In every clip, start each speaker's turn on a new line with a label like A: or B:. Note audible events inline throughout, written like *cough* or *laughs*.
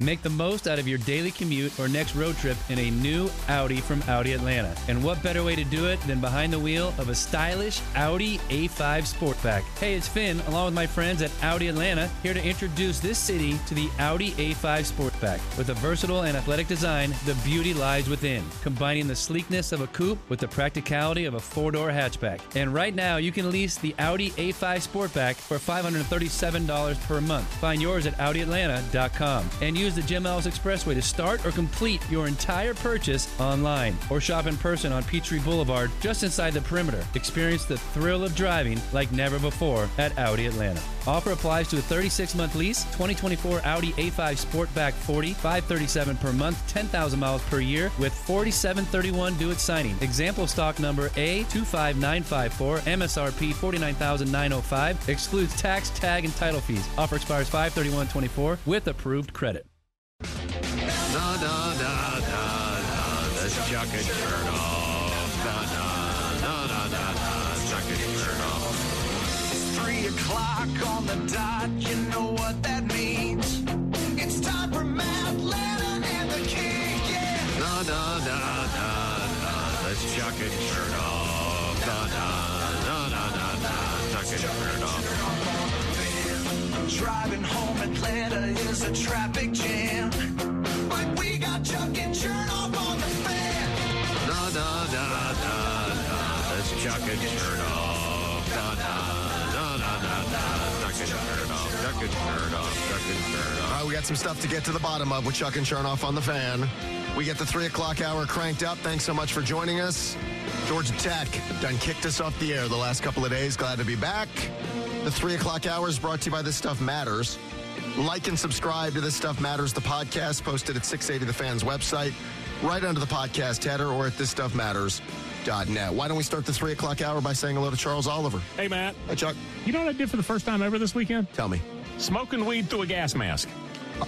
A: Make the most out of your daily commute or next road trip in a new Audi from Audi Atlanta. And what better way to do it than behind the wheel of a stylish Audi A5 Sportback? Hey, it's Finn, along with my friends at Audi Atlanta, here to introduce this city to the Audi A5 Sportback. With a versatile and athletic design, the beauty lies within, combining the sleekness of a coupe with the practicality of a four door hatchback. And right now, you can lease the Audi A5 Sportback for $537 per month. Find yours at AudiAtlanta.com and use the Jim Ellis Expressway to start or complete your entire purchase online or shop in person on Peachtree Boulevard just inside the perimeter. Experience the thrill of driving like never before at Audi Atlanta. Offer applies to a 36 month lease, 2024 Audi A5 Sportback 40, 537 per month, 10,000 miles per year with 4731 due at signing. Example stock number A25954, MSRP 49905, excludes tax, tag, and title fees. Offer expires 53124 with approved credit.
B: Da da da da da. The Chuck and Chernoff. Da da da da da da. Chuck and Chernoff.
C: Three o'clock on the dot. You know what that means. It's time for Matt Lennon and the King. Yeah.
B: Da da da da da. The Chuck and Chernoff. Da da da da da da. Chuck and Chernoff.
C: Driving home Atlanta is a traffic jam. But we got Chuck and Chernoff on the fan.
B: Da da da da da. That's Chuck and Chernoff. Da da da da da da. Chuck and Chernoff. Chuck and Chernoff. Chuck and Chernoff.
D: All right, we got some stuff to get to the bottom of with Chuck and Chernoff on the fan. We get the three o'clock hour cranked up. Thanks so much for joining us. Georgia Tech done kicked us off the air the last couple of days. Glad to be back. The three o'clock hour is brought to you by This Stuff Matters. Like and subscribe to This Stuff Matters, the podcast posted at 680 The Fans website, right under the podcast header or at thisstuffmatters.net. Why don't we start the 3 o'clock hour by saying hello to Charles Oliver?
E: Hey, Matt.
D: Hey, Chuck.
E: You know what I did for the first time ever this weekend?
D: Tell me.
E: Smoking weed through a gas mask.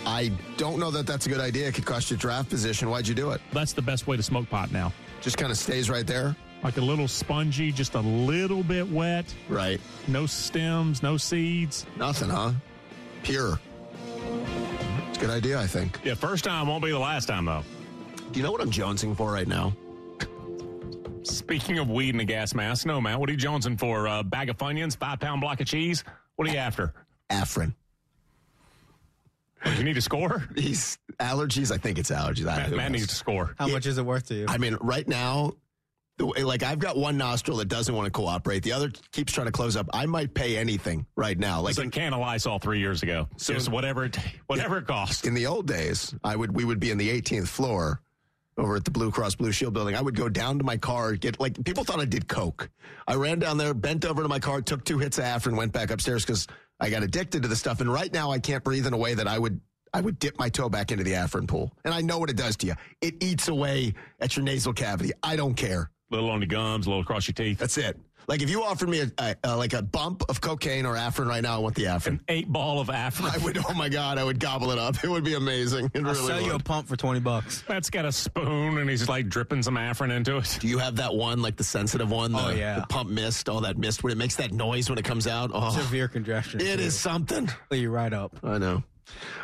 D: I don't know that that's a good idea. It could cost you draft position. Why'd you do it?
E: That's the best way to smoke pot now.
D: Just kind of stays right there?
E: Like a little spongy, just a little bit wet.
D: Right.
E: No stems, no seeds.
D: Nothing, huh? Pure. It's a good idea, I think.
E: Yeah, first time won't be the last time, though.
D: Do you know what I'm jonesing for right now?
E: Speaking of weed and a gas mask, no, man. What are you jonesing for? A bag of Funyuns, five pound block of cheese? What are you after?
D: Afrin.
E: What, you need to score?
D: These allergies, I think it's allergies.
E: Matt, Matt needs to score.
F: How much is it worth to you?
D: I mean, right now, the way, like I've got one nostril that doesn't want to cooperate. The other keeps trying to close up. I might pay anything right now.
E: Like it's like can of Lysol three years ago. So Just whatever, it, whatever it costs.
D: In the old days, I would we would be in the 18th floor over at the Blue Cross Blue Shield building. I would go down to my car, get like people thought I did coke. I ran down there, bent over to my car, took two hits of Afrin, went back upstairs because I got addicted to the stuff. And right now, I can't breathe in a way that I would I would dip my toe back into the Afrin pool. And I know what it does to you. It eats away at your nasal cavity. I don't care.
E: Little on your gums, a little across your teeth.
D: That's it. Like if you offered me a, a, a, like a bump of cocaine or Afrin right now, I want the Afrin.
E: An eight ball of Afrin.
D: I would. Oh my god, I would gobble it up. It would be amazing. It
F: I'll
D: really
F: sell
D: would.
F: you a pump for twenty bucks.
E: Matt's got a spoon and he's like dripping some Afrin into it.
D: Do you have that one, like the sensitive one? The,
F: Oh, yeah.
D: The pump mist, all that mist, when it makes that noise when it comes out. Oh,
F: Severe congestion.
D: it
F: too.
D: is something.
F: Fill you right up.
D: I know.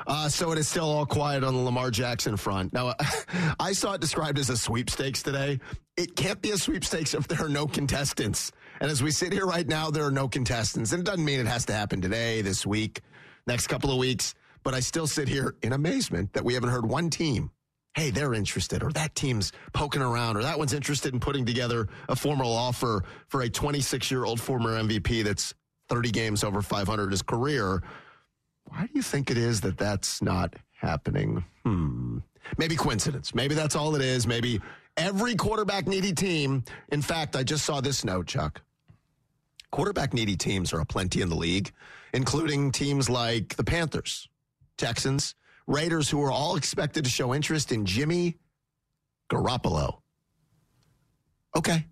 D: Uh, so it is still all quiet on the Lamar Jackson front. Now, uh, *laughs* I saw it described as a sweepstakes today. It can't be a sweepstakes if there are no contestants. And as we sit here right now, there are no contestants. And it doesn't mean it has to happen today, this week, next couple of weeks. But I still sit here in amazement that we haven't heard one team. Hey, they're interested, or that team's poking around, or that one's interested in putting together a formal offer for a 26 year old former MVP that's 30 games over 500 in his career. Why do you think it is that that's not happening? Hmm. Maybe coincidence. Maybe that's all it is. Maybe every quarterback needy team. In fact, I just saw this note, Chuck. Quarterback needy teams are aplenty in the league, including teams like the Panthers, Texans, Raiders, who are all expected to show interest in Jimmy Garoppolo. Okay.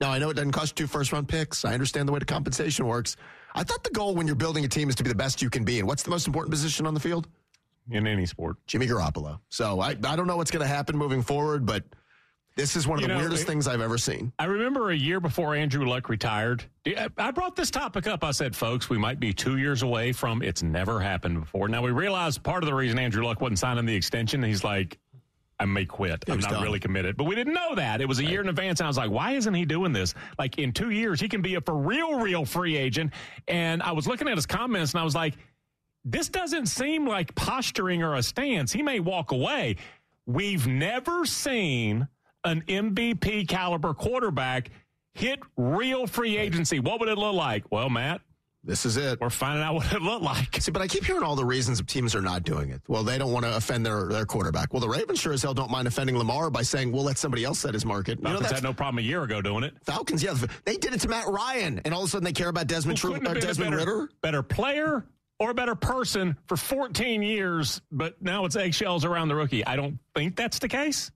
D: Now, I know it doesn't cost you two first round picks. I understand the way the compensation works. I thought the goal when you're building a team is to be the best you can be. And what's the most important position on the field?
E: In any sport.
D: Jimmy Garoppolo. So I, I don't know what's going to happen moving forward, but This is one of
E: You
D: the
E: know,
D: weirdest
E: it-
D: things I've ever seen.
E: I remember a year before Andrew Luck retired, I- I brought this topic up. I said, folks, we might be two years away from it's never happened before. Now, we realize part of the reason Andrew Luck wasn't signing the extension, he's like, I may quit. I'm
D: was
E: not
D: done.
E: really committed. But we didn't know that. It was a year in advance. And I was like, why isn't he doing this? Like, in two years, he can be a for real, real free agent. And I was looking at his comments and I was like, this doesn't seem like posturing or a stance. He may walk away. We've never seen an MVP caliber quarterback hit real free agency. What would it look like? Well, Matt,
D: This is it.
E: we're finding out *laughs* what it looked like.
D: See, but I keep hearing all the reasons teams are not doing it. Well, they don't want to offend their, their quarterback. Well, the Ravens sure as hell don't mind offending Lamar by saying, we'll let somebody else set his market. You know,
E: Falcons
D: that's
E: had no problem a year ago doing it.
D: Falcons, yeah. They did it to Matt Ryan, and all of a sudden they care about Desmond,
E: Who
D: True,
E: couldn't have
D: or
E: been a
D: Desmond
E: better,
D: Ritter.
E: better player or a better person for 14 years, but now it's eggshells around the rookie. I don't think that's the case.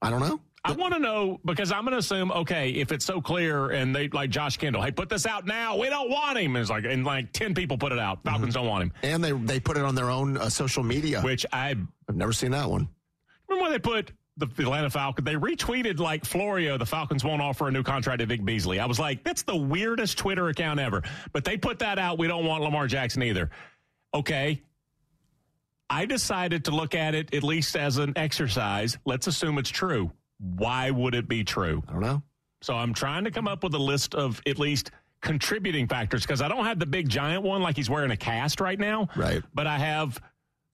D: I don't know.
E: I want to know because I'm going to assume okay if it's so clear and they like Josh Kendall, hey, put this out now. We don't want him. And it's like and like ten people put it out. Falcons don't want him.
D: And they they put it on their own uh, social media.
E: Which I
D: I've never seen that one.
E: remember when they put the Atlanta Falcons. They retweeted like Florio. The Falcons won't offer a new contract to Vic Beasley. I was like, that's the weirdest Twitter account ever. But they put that out. We don't want Lamar Jackson either. Okay. I decided to look at it at least as an exercise. Let's assume it's true. Why would it be true?
D: I don't know.
E: So I'm trying to come up with a list of at least contributing factors because I don't have the big giant one like he's wearing a cast right now.
D: Right.
E: But I have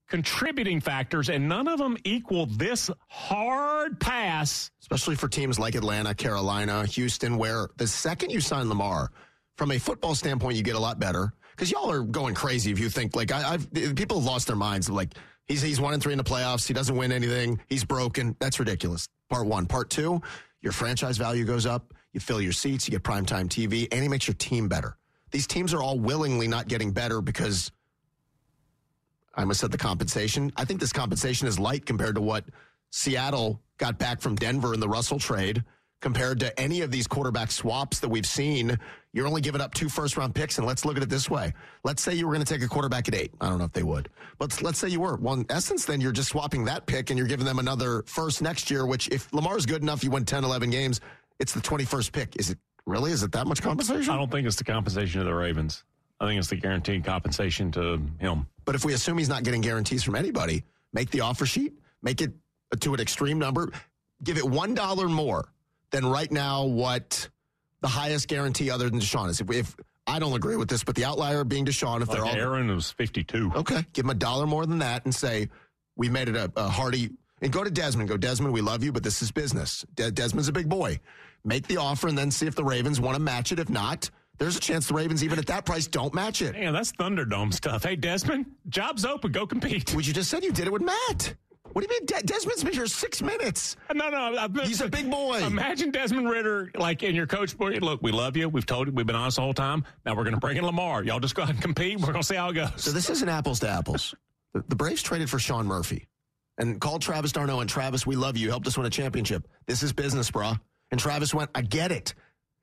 E: contributing factors, and none of them equal this hard pass.
D: Especially for teams like Atlanta, Carolina, Houston, where the second you sign Lamar, from a football standpoint, you get a lot better. Because y'all are going crazy if you think like I, I've people have lost their minds. Like he's he's one and three in the playoffs. He doesn't win anything. He's broken. That's ridiculous. Part one. Part two. Your franchise value goes up. You fill your seats. You get primetime TV, and he makes your team better. These teams are all willingly not getting better because I almost said the compensation. I think this compensation is light compared to what Seattle got back from Denver in the Russell trade. Compared to any of these quarterback swaps that we've seen, you're only giving up two first round picks. And let's look at it this way. Let's say you were going to take a quarterback at eight. I don't know if they would, but let's- let's say you were. Well, in essence, then you're just swapping that pick and you're giving them another first next year, which if Lamar's good enough, you win 10, 11 games. It's the 21st pick. Is it really? Is it that much compensation?
E: I don't think it's the compensation to the Ravens. I think it's the guaranteed compensation to him.
D: But if we assume he's not getting guarantees from anybody, make the offer sheet, make it to an extreme number, give it one dollar more than right now what the highest guarantee other than Deshaun is. If, if I don't agree with this, but the outlier being Deshaun, if they're
E: Like
D: all Oh.
E: Aaron was 52.
D: okay, give him a dollar more than that and say we made it a, a hearty and go to Desmond. Go Desmond, we love you, but this is business. De- Desmond's a big boy. Make the offer and then see if the Ravens want to match it. If not, there's a chance the Ravens even at that price don't match it.
E: Man, that's Thunderdome stuff. Hey, Desmond, job's open. Go compete.
D: Would you just said you did it with Matt? What do you mean? De- Desmond's been here six minutes.
E: *laughs* No, no. I, I-
D: He's a big boy.
E: Imagine Desmond Ritter, like in your coach boy. Look, we love you. We've told you. We've been honest the whole time. Now we're going to bring in Lamar. Y'all just go out and compete. We're going to see how it goes.
D: So this isn't apples to apples. The, the Braves traded for Sean Murphy and called Travis Darno and Travis, we love you. You helped us win a championship. This is business, brah. And Travis went, I get it.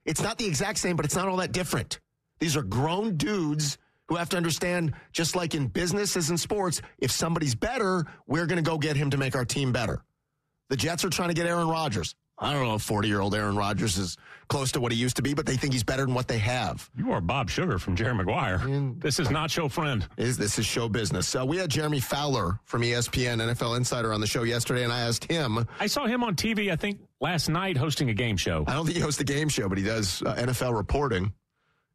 D: It's not the exact same, but it's not all that different. These are grown dudes who have to understand, just like in business as in sports, if somebody's better, we're going to go get him to make our team better. The Jets are trying to get Aaron Rodgers. I don't know if 40 year old Aaron Rodgers is close to what he used to be, but they think he's better than what they have.
E: You are Bob Sugar from Jerry Maguire. This is not your friend.
D: is this is show business. So we had Jeremy Fowler from E ESPN NFL Insider on the show yesterday, and I asked him.
E: I saw him on TV. I think last night hosting a game show.
D: I don't think he hosts a game show, but he does uh, NFL reporting,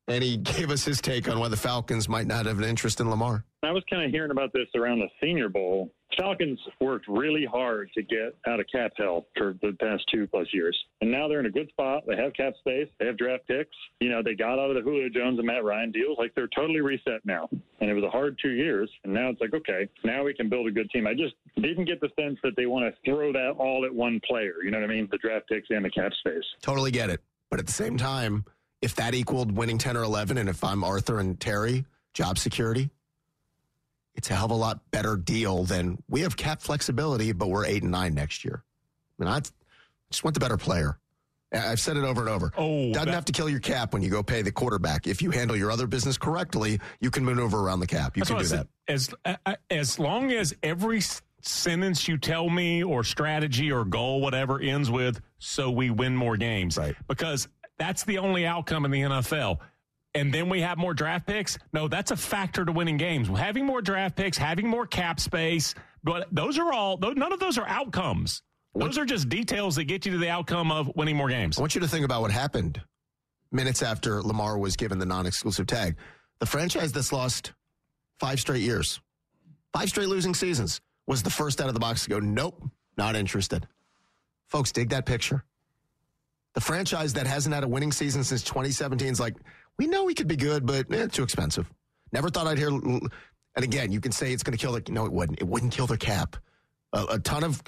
D: and he *laughs* gave us his take on why the Falcons might not have an interest in Lamar.
G: I was kind of hearing about this around the Senior Bowl. Falcons worked really hard to get out of cap hell for the past two plus years, and now they're in a good spot. They have cap space, they have draft picks. You know, they got out of the Julio Jones and Matt Ryan deals. Like they're totally reset now. And it was a hard two years, and now it's like, okay, now we can build a good team. I just didn't get the sense that they want to throw that all at one player. You know what I mean? The draft picks and the cap space.
D: Totally get it, but at the same time, if that equaled winning ten or eleven, and if I'm Arthur and Terry, job security, it's a hell of a lot better deal than we have cap flexibility, but we're eight and nine next year. I mean, I just want the better player. I- I've said it over and over.
E: Oh,
D: Doesn't
E: that-
D: have to kill your cap when you go pay the quarterback. If you handle your other business correctly, you can maneuver around the cap. You
E: that's
D: can
E: what
D: do
E: I
D: that.
E: said. As I- I- as long as every s- sentence you tell me or strategy or goal, whatever, ends with, so we win more games.
D: Right.
E: Because that's the only outcome in the NFL. And then we have more draft picks. No, that's a factor to winning games. Having more draft picks, having more cap space, but those are all, tho- none of those are outcomes. Those are just details that get you to the outcome of winning more games.
D: I want you to think about what happened minutes after Lamar was given the non exclusive tag. The franchise that's lost five straight years, five straight losing seasons, was the first out of the box to go, nope, not interested. Folks, dig that picture. The franchise that hasn't had a winning season since 2017 is like, we know we could be good, but eh, too expensive. Never thought I'd hear. l- l-" And again, you can say it's going to kill their. No, it wouldn't. It wouldn't kill their cap. A, a ton of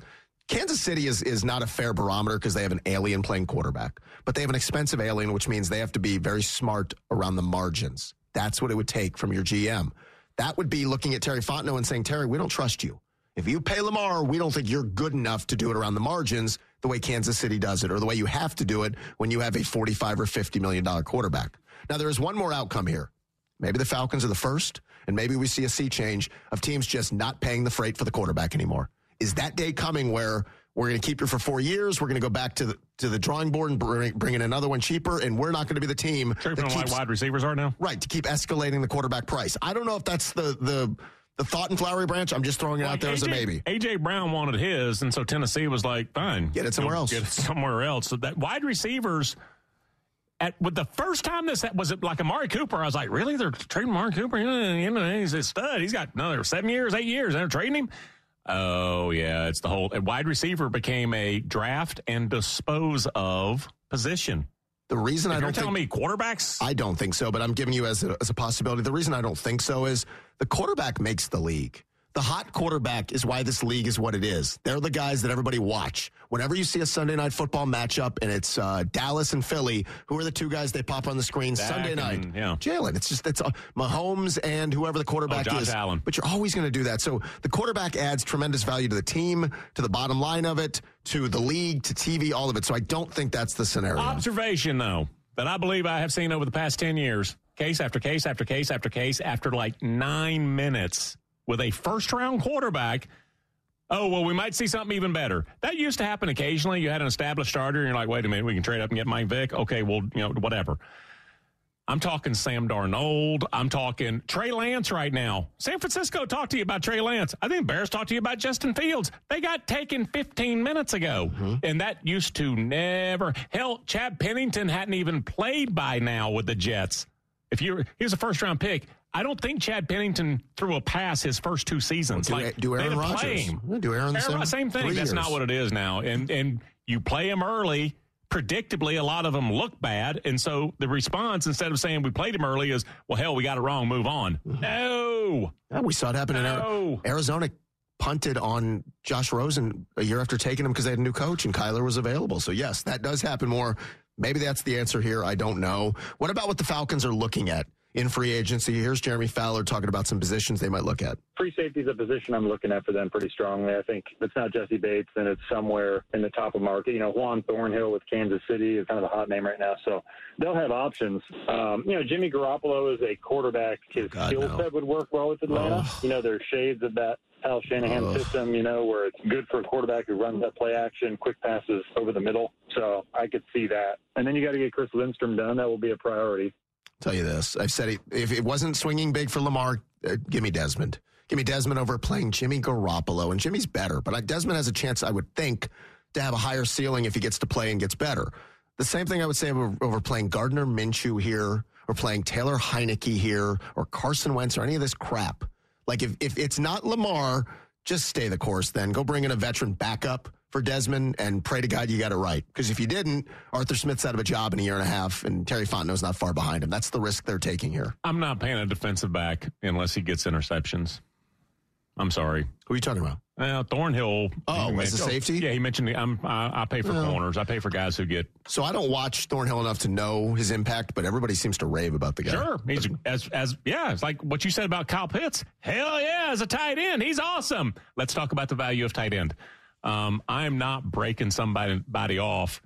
D: Kansas City is is not a fair barometer because they have an alien playing quarterback, but they have an expensive alien, which means they have to be very smart around the margins. That's what it would take from your GM. That would be looking at Terry Fontenot and saying, Terry, we don't trust you. If you pay Lamar, we don't think you're good enough to do it around the margins the way Kansas City does it, or the way you have to do it when you have a 45 or 50 million dollar quarterback. Now there is one more outcome here. Maybe the Falcons are the first, and maybe we see a sea change of teams just not paying the freight for the quarterback anymore. Is that day coming where we're going to keep you for four years? We're going to go back to the to the drawing board and bring, bring in another one cheaper, and we're not going to be the team
E: Sure,
D: that
E: you know why
D: keeps
E: wide receivers are now?
D: right to keep escalating the quarterback price. I don't know if that's the the the thought in flowery branch. I'm just throwing it out there as a maybe.
E: AJ Brown wanted his, and so Tennessee was like, "Fine,
D: Get it somewhere
E: Go
D: else."
E: Get it *laughs* somewhere else." So that wide receivers. At with the first time this was it like Amari Cooper, I was like, "Really? They're trading Amari Cooper? Yeah, You know, he's a stud. He's got another seven years, eight years, and they're trading him." Oh yeah, it's the whole and wide receiver became a draft and dispose of position.
D: The reason I
E: You're
D: don't
E: telling
D: think
E: me quarterbacks?
D: I don't think so, but I'm giving you as a, as a possibility. The reason I don't think so is the quarterback makes the league. The hot quarterback is why this league is what it is. They're the guys that everybody watch. Whenever you see a Sunday night football matchup and it's uh, Dallas and Philly, who are the two guys they pop on the screen
E: Dak
D: Sunday night?
E: and- yeah.
D: Jalen. It's just it's uh, Mahomes and whoever the quarterback
E: Oh, Josh
D: is.
E: Allen.
D: But you're always going to do that. So the quarterback adds tremendous value to the team, to the bottom line of it, to the league, to TV, all of it. So I don't think that's the scenario.
E: observation though that I believe I have seen over the past 10 years case after case after case after case after like 9 minutes with a first round quarterback oh well we might see something even better that used to happen occasionally you had an established starter and you're like wait a minute we can trade up and get Mike Vick okay well you know whatever I'm talking Sam Darnold. I'm talking Trey Lance right now. San Francisco talked to you about Trey Lance. I think Bears talked to you about Justin Fields. They got taken 15 minutes ago,
D: Mm-hmm.
E: and that used to never. Hell, Chad Pennington hadn't even played by now with the Jets. If you he was a first round pick, I don't think Chad Pennington threw a pass his first two seasons.
D: Do, do
E: they
D: Aaron
E: didn't play
D: Rodgers?
E: him.
D: Do Aaron the
E: Aaron- same, thing.
D: three
E: That's not
D: years.
E: what it is now. And and you play him early. Predictably, a lot of them look bad, and so the response instead of saying we played him early is, "Well, hell, we got it wrong. Move on."
D: Mm-hmm.
E: No,
D: Yeah, we saw it happen in Ari-
E: no.
D: Arizona. Punted on Josh Rosen a year after taking him because they had a new coach and Kyler was available. So yes, that does happen more. Maybe that's the answer here. I don't know. What about what the Falcons are looking at in free agency? Here's Jeremy Fowler talking about some positions they might look at.
G: Free safety is a position I'm looking at for them pretty strongly. I think if it's not Jesse Bates, then it's somewhere in the top of market. You know, Juan Thornhill with Kansas City is kind of a hot name right now, so they'll have options. Um, you know, Jimmy Garoppolo is a quarterback. His
D: Oh, God,
G: skill
D: no.
G: set would work well with Atlanta.
D: Ugh.
G: You know, there's shades of that Al Shanahan
D: Ugh.
G: system. You know, where it's good for a quarterback who runs that play action, quick passes over the middle. So I could see that. And then you got to get Chris Lindstrom done. That will be a priority.
D: tell you this. I've said it. If it wasn't swinging big for Lamar, uh, give me Desmond. Give me Desmond over playing Jimmy Garoppolo. And Jimmy's better, but I, Desmond has a chance, I would think, to have a higher ceiling if he gets to play and gets better. The same thing I would say over, over playing Gardner Minshew here or playing Taylor Heineke here or Carson Wentz or any of this crap. Like, if, if it's not Lamar, just stay the course then. Go bring in a veteran backup for Desmond and pray to God you got it right. Because if you didn't, Arthur Smith's out of a job in a year and a half, and Terry Fontenot's not far behind him. That's the risk they're taking here.
E: I'm not paying a defensive back unless he gets interceptions. I'm sorry.
D: Who are you talking about?
E: Well, Thornhill.
D: Oh,
E: he
D: as a
E: mentioned-
D: safety?
E: Yeah, he mentioned. the- I'm, I, I pay for corners. I pay for guys who get
D: So I don't watch Thornhill enough to know his impact, but everybody seems to rave about the guy.
E: Sure. He's as as yeah, it's like what you said about Kyle Pitts. Hell yeah, as a tight end, he's awesome. Let's talk about the value of tight end. Um, I'm not breaking somebody body off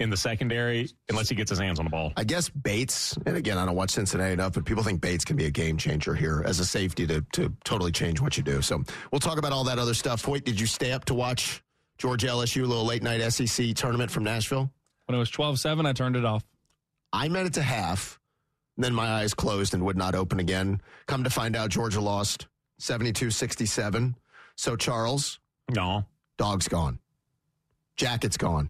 E: in the secondary unless he gets his hands on the ball.
D: I guess Bates, and again, I don't watch Cincinnati enough, but people think Bates can be a game changer here as a safety to, to totally change what you do. So we'll talk about all that other stuff. Wait, did you stay up to watch George LSU, a little late night SEC tournament from Nashville?
H: When it was 12 7, I turned it off.
D: I meant it to half, and then my eyes closed and would not open again. Come to find out, Georgia lost 72 67. So, Charles,
E: No.
D: Dog's gone. Jacket's gone.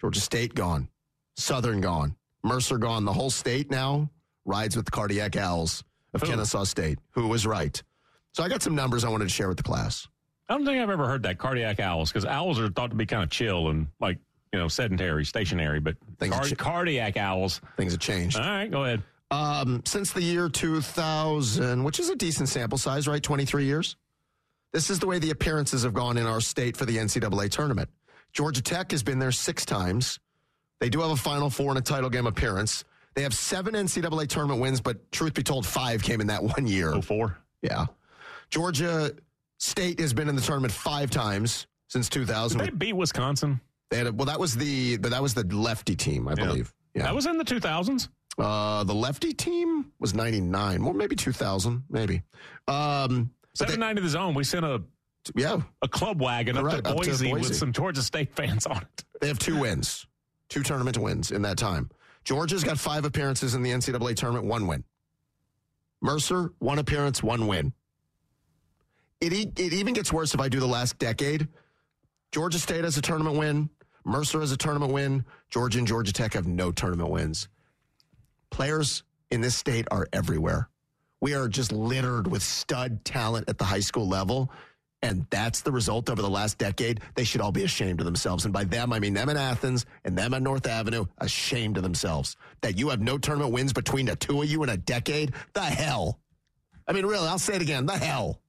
D: Georgia State gone. Southern gone. Mercer gone. The whole state now rides with the cardiac owls of
E: Who?
D: Kennesaw State, who was right. So I got some numbers I wanted to share with the class.
E: I don't think I've ever heard that cardiac owls because owls are thought to be kind of chill and like, you know, sedentary, stationary, but
D: Things
E: card-
D: chi-
E: cardiac owls.
D: Things have changed.
E: All right, go ahead.
D: Um, since the year 2000, which is a decent sample size, right? 23 years. This is the way the appearances have gone in our state for the NCAA tournament. Georgia Tech has been there six times. They do have a Final Four and a title game appearance. They have seven NCAA tournament wins, but truth be told, five came in that *laughs* one year.
E: Oh, four.
D: Yeah. Georgia State has been in the tournament five times since 2000.
E: Did they beat Wisconsin?
D: They had a, well, that was the but that was the lefty team, I
E: Yeah.
D: believe. Yeah.
E: That was in the 2000s.
D: Uh, the lefty team was 99, or maybe 2000, maybe. Um, but they-
E: 790 to the zone. We sent a,
D: yeah,
E: a club wagon up,
D: Correct,
E: to
D: up to
E: Boise
D: Boise.
E: with some Georgia State fans on it.
D: they have two wins, two tournament wins in that time. Georgia's got five appearances in the NCAA tournament, one win. Mercer, one appearance, one win. It, e- it even gets worse if I do the last decade. Georgia State has a tournament win. Mercer has a tournament win. Georgia and Georgia Tech have no tournament wins. Players in this state are everywhere. We are just littered with stud talent at the high school level. And that's the result over the last decade. They should all be ashamed of themselves. And by them, I mean them in Athens and them on North Avenue, ashamed of themselves. That you have no tournament wins between the two of you in a decade? The hell. I mean, really, I'll say it again. The hell.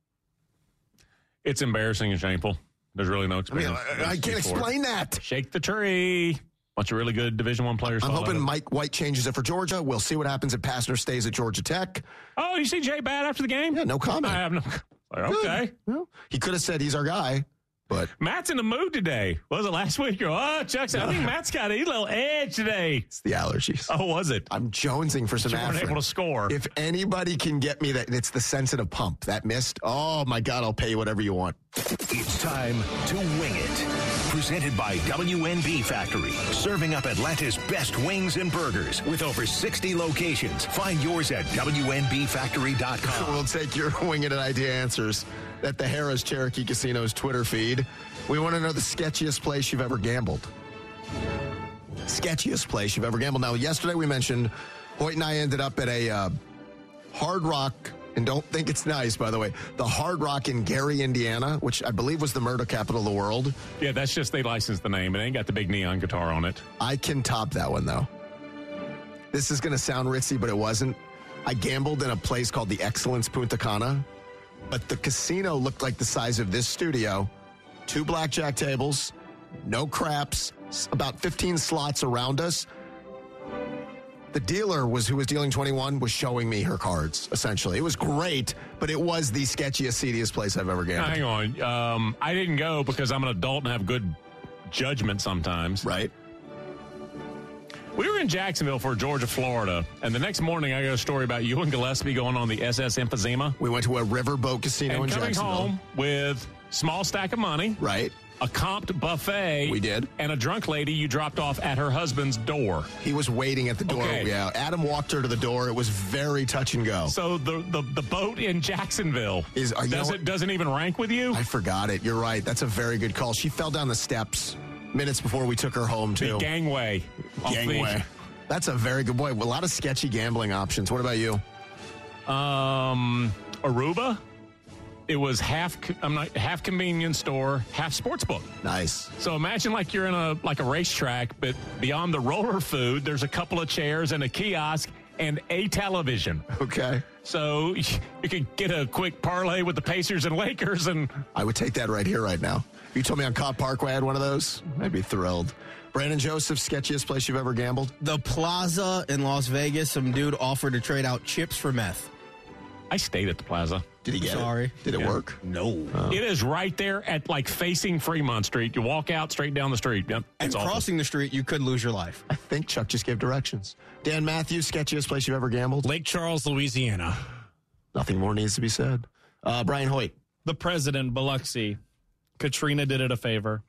E: It's embarrassing and shameful. There's really no
D: I mean,
E: experience.
D: I, I can't
E: Before.
D: explain that.
E: Shake the tree. Bunch of really good Division One players.
D: I'm
E: fall out
D: hoping
E: of it.
D: Mike White changes it for Georgia. We'll see what happens if Passner stays at Georgia Tech.
E: Oh, you see Jay Bad after the game?
D: Yeah, no comment.
E: I have no. *laughs* Like, okay.
D: Well, he could have said he's our guy, but
E: Matt's in the mood today. Was it last week? Oh, Chuck's. I think Matt's got a little edge today.
D: it's the allergies.
E: Oh, was it?
D: I'm jonesing for some
E: You weren't
D: Afrin.
E: able to score.
D: If anybody can get me that, it's the sensitive pump that missed. Oh my God, I'll pay you whatever you want.
B: It's time to wing it. Presented by WNB Factory, serving up Atlanta's best wings and burgers with over 60 locations. Find yours at WNBFactory.com.
D: We'll take your *laughs* wing it idea answers at the Harris Cherokee Casino's Twitter feed. We want to know the sketchiest place you've ever gambled. Sketchiest place you've ever gambled. Now, yesterday we mentioned Hoyt and I ended up at a uh, Hard Rock, and don't think it's nice, by the way, the Hard Rock in Gary, Indiana, which I believe was the murder capital of the world.
E: yeah, that's just they licensed the name. It ain't got the big neon guitar on it.
D: I can top that one though. This is going to sound ritzy, but it wasn't. I gambled in a place called the Excellence Punta Cana, but the casino looked like the size of this studio. Two blackjack tables, no craps, s- about 15 slots around us. The dealer was who was dealing 21 was showing me her cards essentially. It was great, but it was the sketchiest, seediest place I've ever gambled.
E: Hang on. Um, I didn't go because I'm an adult and have good judgment sometimes.
D: Right?
E: We were in Jacksonville for Georgia, Florida, and the next morning I got a story about Ewan Gillespie going on the SS Emphysema
D: We went to a riverboat casino
E: and
D: in
E: coming
D: Jacksonville.
E: home with small stack of money,
D: Right?
E: a comped buffet.
D: We did.
E: and a drunk lady you dropped off at her husband's door.
D: He was waiting at the door.
E: Okay.
D: Yeah, Adam walked her to the door. It was very touch and go.
E: So the the, the boat in Jacksonville
D: Is- are you-
E: does it doesn't even rank with you
D: I forgot it. You're right. That's a very good call. She fell down the steps minutes before we took her home
E: the
D: too.
E: gangway off the-
D: Gangway. That's a very good boy. A lot of sketchy gambling options. What about you?
E: um Aruba. It was half co- I'm not half convenience store, half sports book.
D: Nice.
E: So imagine like you're in a like a racetrack, but beyond the roller food, there's a couple of chairs and a kiosk and a television.
D: Okay.
E: So *laughs* you could get a quick parlay with the Pacers and Lakers and
D: I would take that right here, right now. If you told me on Cobb Parkway I had one of those, I'd be thrilled. Brandon Joseph, sketchiest place you've ever gambled?
F: The plaza in Las Vegas, some dude offered to trade out chips for meth.
E: I stayed at the plaza.
D: Did he get
F: Sorry.
D: it? Did it work?
E: No.
H: Oh.
E: It is right there at like facing Fremont Street. You walk out straight down the street. Yep.
F: And
E: It's awful.
F: crossing the street, you could lose your life.
D: I think Chuck just gave directions. Dan Matthews, sketchiest place you've ever gambled.
I: Lake Charles, Louisiana.
D: Nothing more needs to be said. Uh, Brian Hoyt.
H: The president, Biloxi. Katrina did it a
D: *laughs*
H: favor.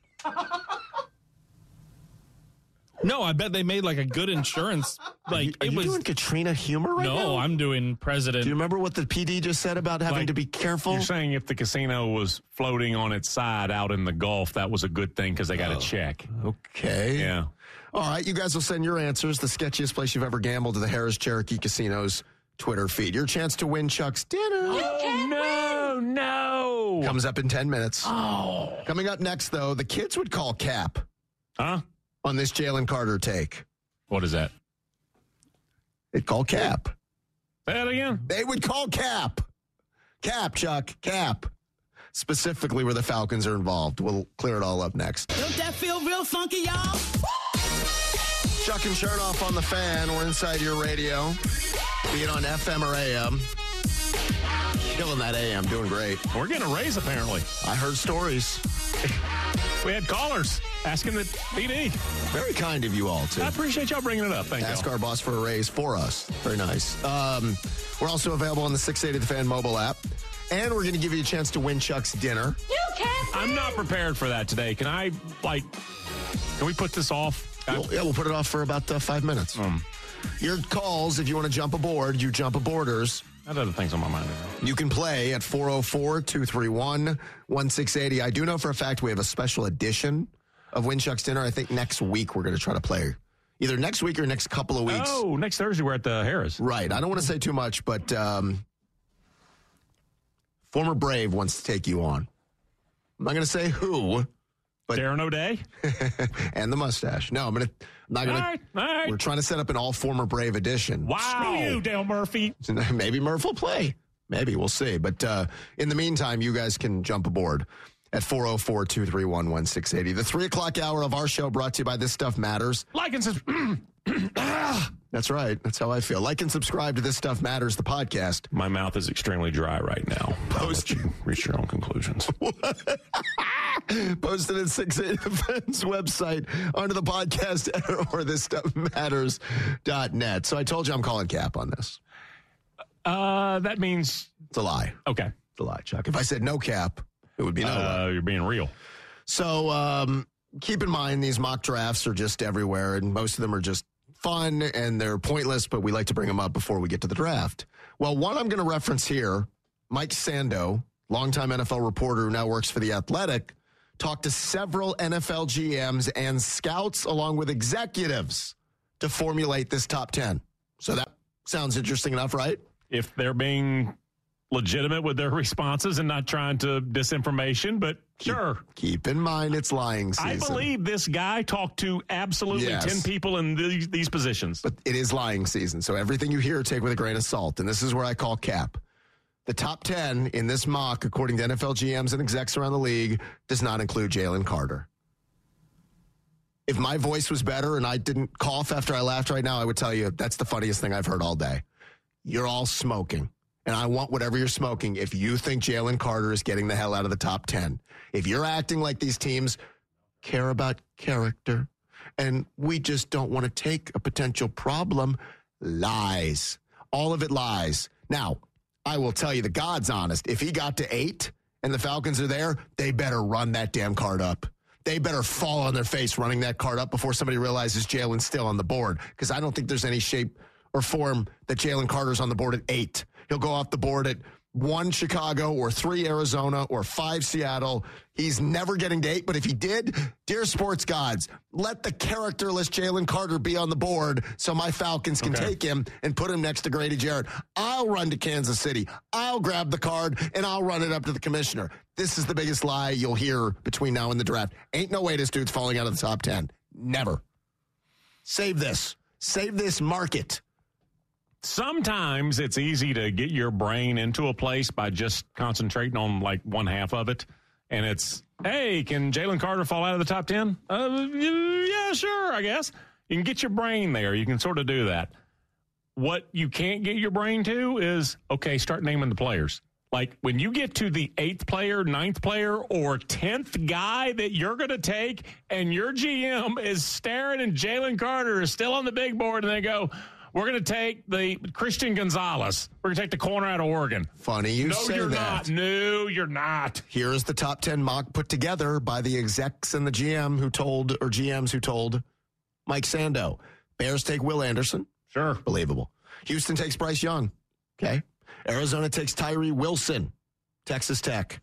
H: no, I bet they made like a good insurance. Like
D: Are
H: it
D: you
H: was.
D: doing Katrina humor right now?
H: no, I'm doing president.
D: Do you remember what the PD just said about having
E: Like,
D: to be careful?
E: You're saying if the casino was floating on its side out in the Gulf, that was a good thing because they got a check.
D: Okay.
E: Yeah.
D: All right, you guys will send your answers, the sketchiest place you've ever gambled, to the Harris Cherokee Casinos Twitter feed. Your chance to win Chuck's dinner
H: *gasps*
E: no, no.
D: comes up in 10 minutes. Oh. Coming up next, though, the kids would call Cap
E: Huh?
D: on this Jalen Carter take.
E: What is that?
D: They'd call Cap.
E: Say that again.
D: They would call Cap. Cap, Chuck, Cap. Specifically where the Falcons are involved. We'll clear it all up next.
I: Don't that feel real funky, y'all?
D: Chuck and Chernoff on the fan. We're inside your radio, be it on FM or AM. Killing that AM, doing great.
E: We're getting a raise apparently.
D: I heard stories.
E: We had callers asking the PD.
D: Very kind of you all
E: I
D: to
E: appreciate y'all bringing it up. Thank
D: ask
E: you.
D: our boss for a raise for us. Very nice. Um, we're also available on the 680 The Fan mobile app. And we're going to give you a chance to win Chuck's dinner.
E: I'm not prepared for that today. Can I like? Can we put this off? I-
D: We'll, yeah, we'll put it off for about uh, five minutes.
E: Um.
D: Your calls, if you want to jump aboard, you jump aboarders.
E: I have other things on my mind. right now.
D: You can play at 404 231 1680. oh. I do know for a fact we have a special edition of Winchuck's Dinner. I think next week we're going to try to play either next week or next couple of weeks.
E: Oh, next Thursday we're at the Harris.
D: Right. I don't want to say too much, but um, former Brave wants to take you on. I'm not going to say who *laughs*
E: Darren O'Day.
D: and the mustache. No, I'm going to. Not
E: All
D: gonna,
E: right, all right.
D: We're trying to set up an all former Brave edition.
E: Wow. you, Dale Murphy.
D: *laughs* maybe Murph will play. Maybe we'll see. But uh, in the meantime, you guys can jump aboard at 404 231 1680. oh. The three o'clock hour of our show brought to you by This Stuff Matters.
E: Like and subs- *clears throat*
D: That's right. That's how I feel. Like and subscribe to This Stuff Matters, the podcast. *laughs*
E: My mouth is extremely dry right now. I'll let you reach your own conclusions.
D: Posted at 680 Defense website under the podcast *laughs* or thisstuffmatters.net. So I told you I'm calling Cap on this.
E: Uh, that means
D: It's a lie.
E: okay.
D: It's a lie, Chuck. If I said no cap, it would be no lie.
E: Uh, you're being real.
D: So um, keep in mind, these mock drafts are just everywhere, and most of them are just fun and they're pointless, but we like to bring them up before we get to the draft. Well, one I'm going to reference here Mike Sando, longtime NFL reporter who now works for The Athletic, talked to several NFL GMs and scouts along with executives to formulate this top 10. So that sounds interesting enough, right?
E: If they're being legitimate with their responses and not trying to disinformation, but sure.
D: Keep in mind, it's lying season.
E: I believe this guy talked to absolutely
D: Yes.
E: 10 people in these, these positions.
D: but it is lying season. So everything you hear, take with a grain of salt. And this is where I call cap. The top 10 in this mock, according to NFL GMs and execs around the league, does not include Jalen Carter. If my voice was better and I didn't cough after I laughed right now, I would tell you that's the funniest thing I've heard all day. You're all smoking. And I want whatever you're smoking if you think Jalen Carter is getting the hell out of the top 10. If you're acting like these teams care about character and we just don't want to take a potential problem. Lies. All of it lies. Now, I will tell you the God's honest. If he got to eight and the Falcons are there, they better run that damn card up. They better fall on their face running that card up before somebody realizes Jalen's still on the board. Because I don't think there's any shape or form that Jalen Carter's on the board at eight. He'll go off the board at one Chicago or three Arizona or five Seattle. He's never getting to eight, but if he did, dear sports gods, let the characterless Jalen Carter be on the board so my Falcons can take him and put him next to Grady Jarrett. I'll run to Kansas City. I'll grab the card and I'll run it up to the commissioner. This is the biggest lie you'll hear between now and the draft. Ain't no way this dude's falling out of the top 10. Never. Save this. Save this market.
E: sometimes it's easy to get your brain into a place by just concentrating on like one half of it. And it's, hey, can Jalen Carter fall out of the top 10? Uh, yeah, sure, I guess. You can get your brain there. You can sort of do that. What you can't get your brain to is okay, start naming the players. Like when you get to the eighth player, ninth player, or tenth guy that you're going to take, and your GM is staring, and Jalen Carter is still on the big board, and they go, "We're going to take the Christian Gonzalez. We're going to take the corner out of Oregon."
D: Funny you
E: no,
D: say
E: you're
D: that.
E: not. No, you're not.
D: Here is the top 10 mock put together by the execs and the GM who told, or GMs who told Mike Sando. Bears take Will Anderson.
E: Sure.
D: Believable. Houston takes Bryce Young. Okay. Arizona takes Tyree Wilson, Texas Tech.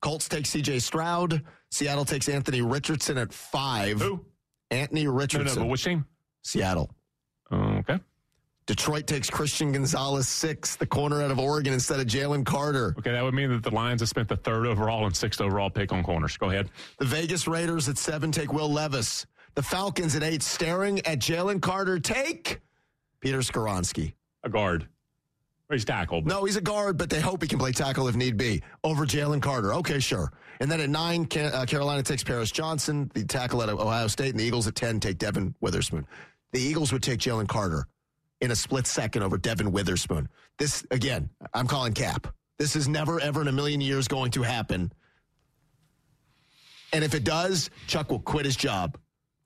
D: Colts take CJ Stroud. Seattle takes Anthony Richardson at five.
E: Who?
D: Anthony
E: No, no.
D: Richardson.
E: But which team?
D: Seattle.
E: Okay.
D: Detroit takes Christian Gonzalez six, the corner out of Oregon instead of Jalen Carter.
E: Okay, that would mean that the Lions have spent the third overall and sixth overall pick on corners. Go ahead.
D: The Vegas Raiders at seven take Will Levis. The Falcons at eight staring at Jalen Carter. Take Peter Skoronsky.
E: A guard. Or He's tackled.
D: No, he's a guard, but they hope he can play tackle if need be over Jalen Carter. Okay, sure. And then at nine, Ca- uh, Carolina takes Paris Johnson, the tackle out of Ohio State, and the Eagles at 10 take Devin Witherspoon. The Eagles would take Jalen Carter in a split second over Devin Witherspoon. This, again, I'm calling cap. This is never, ever in a million years going to happen. And if it does, Chuck will quit his job,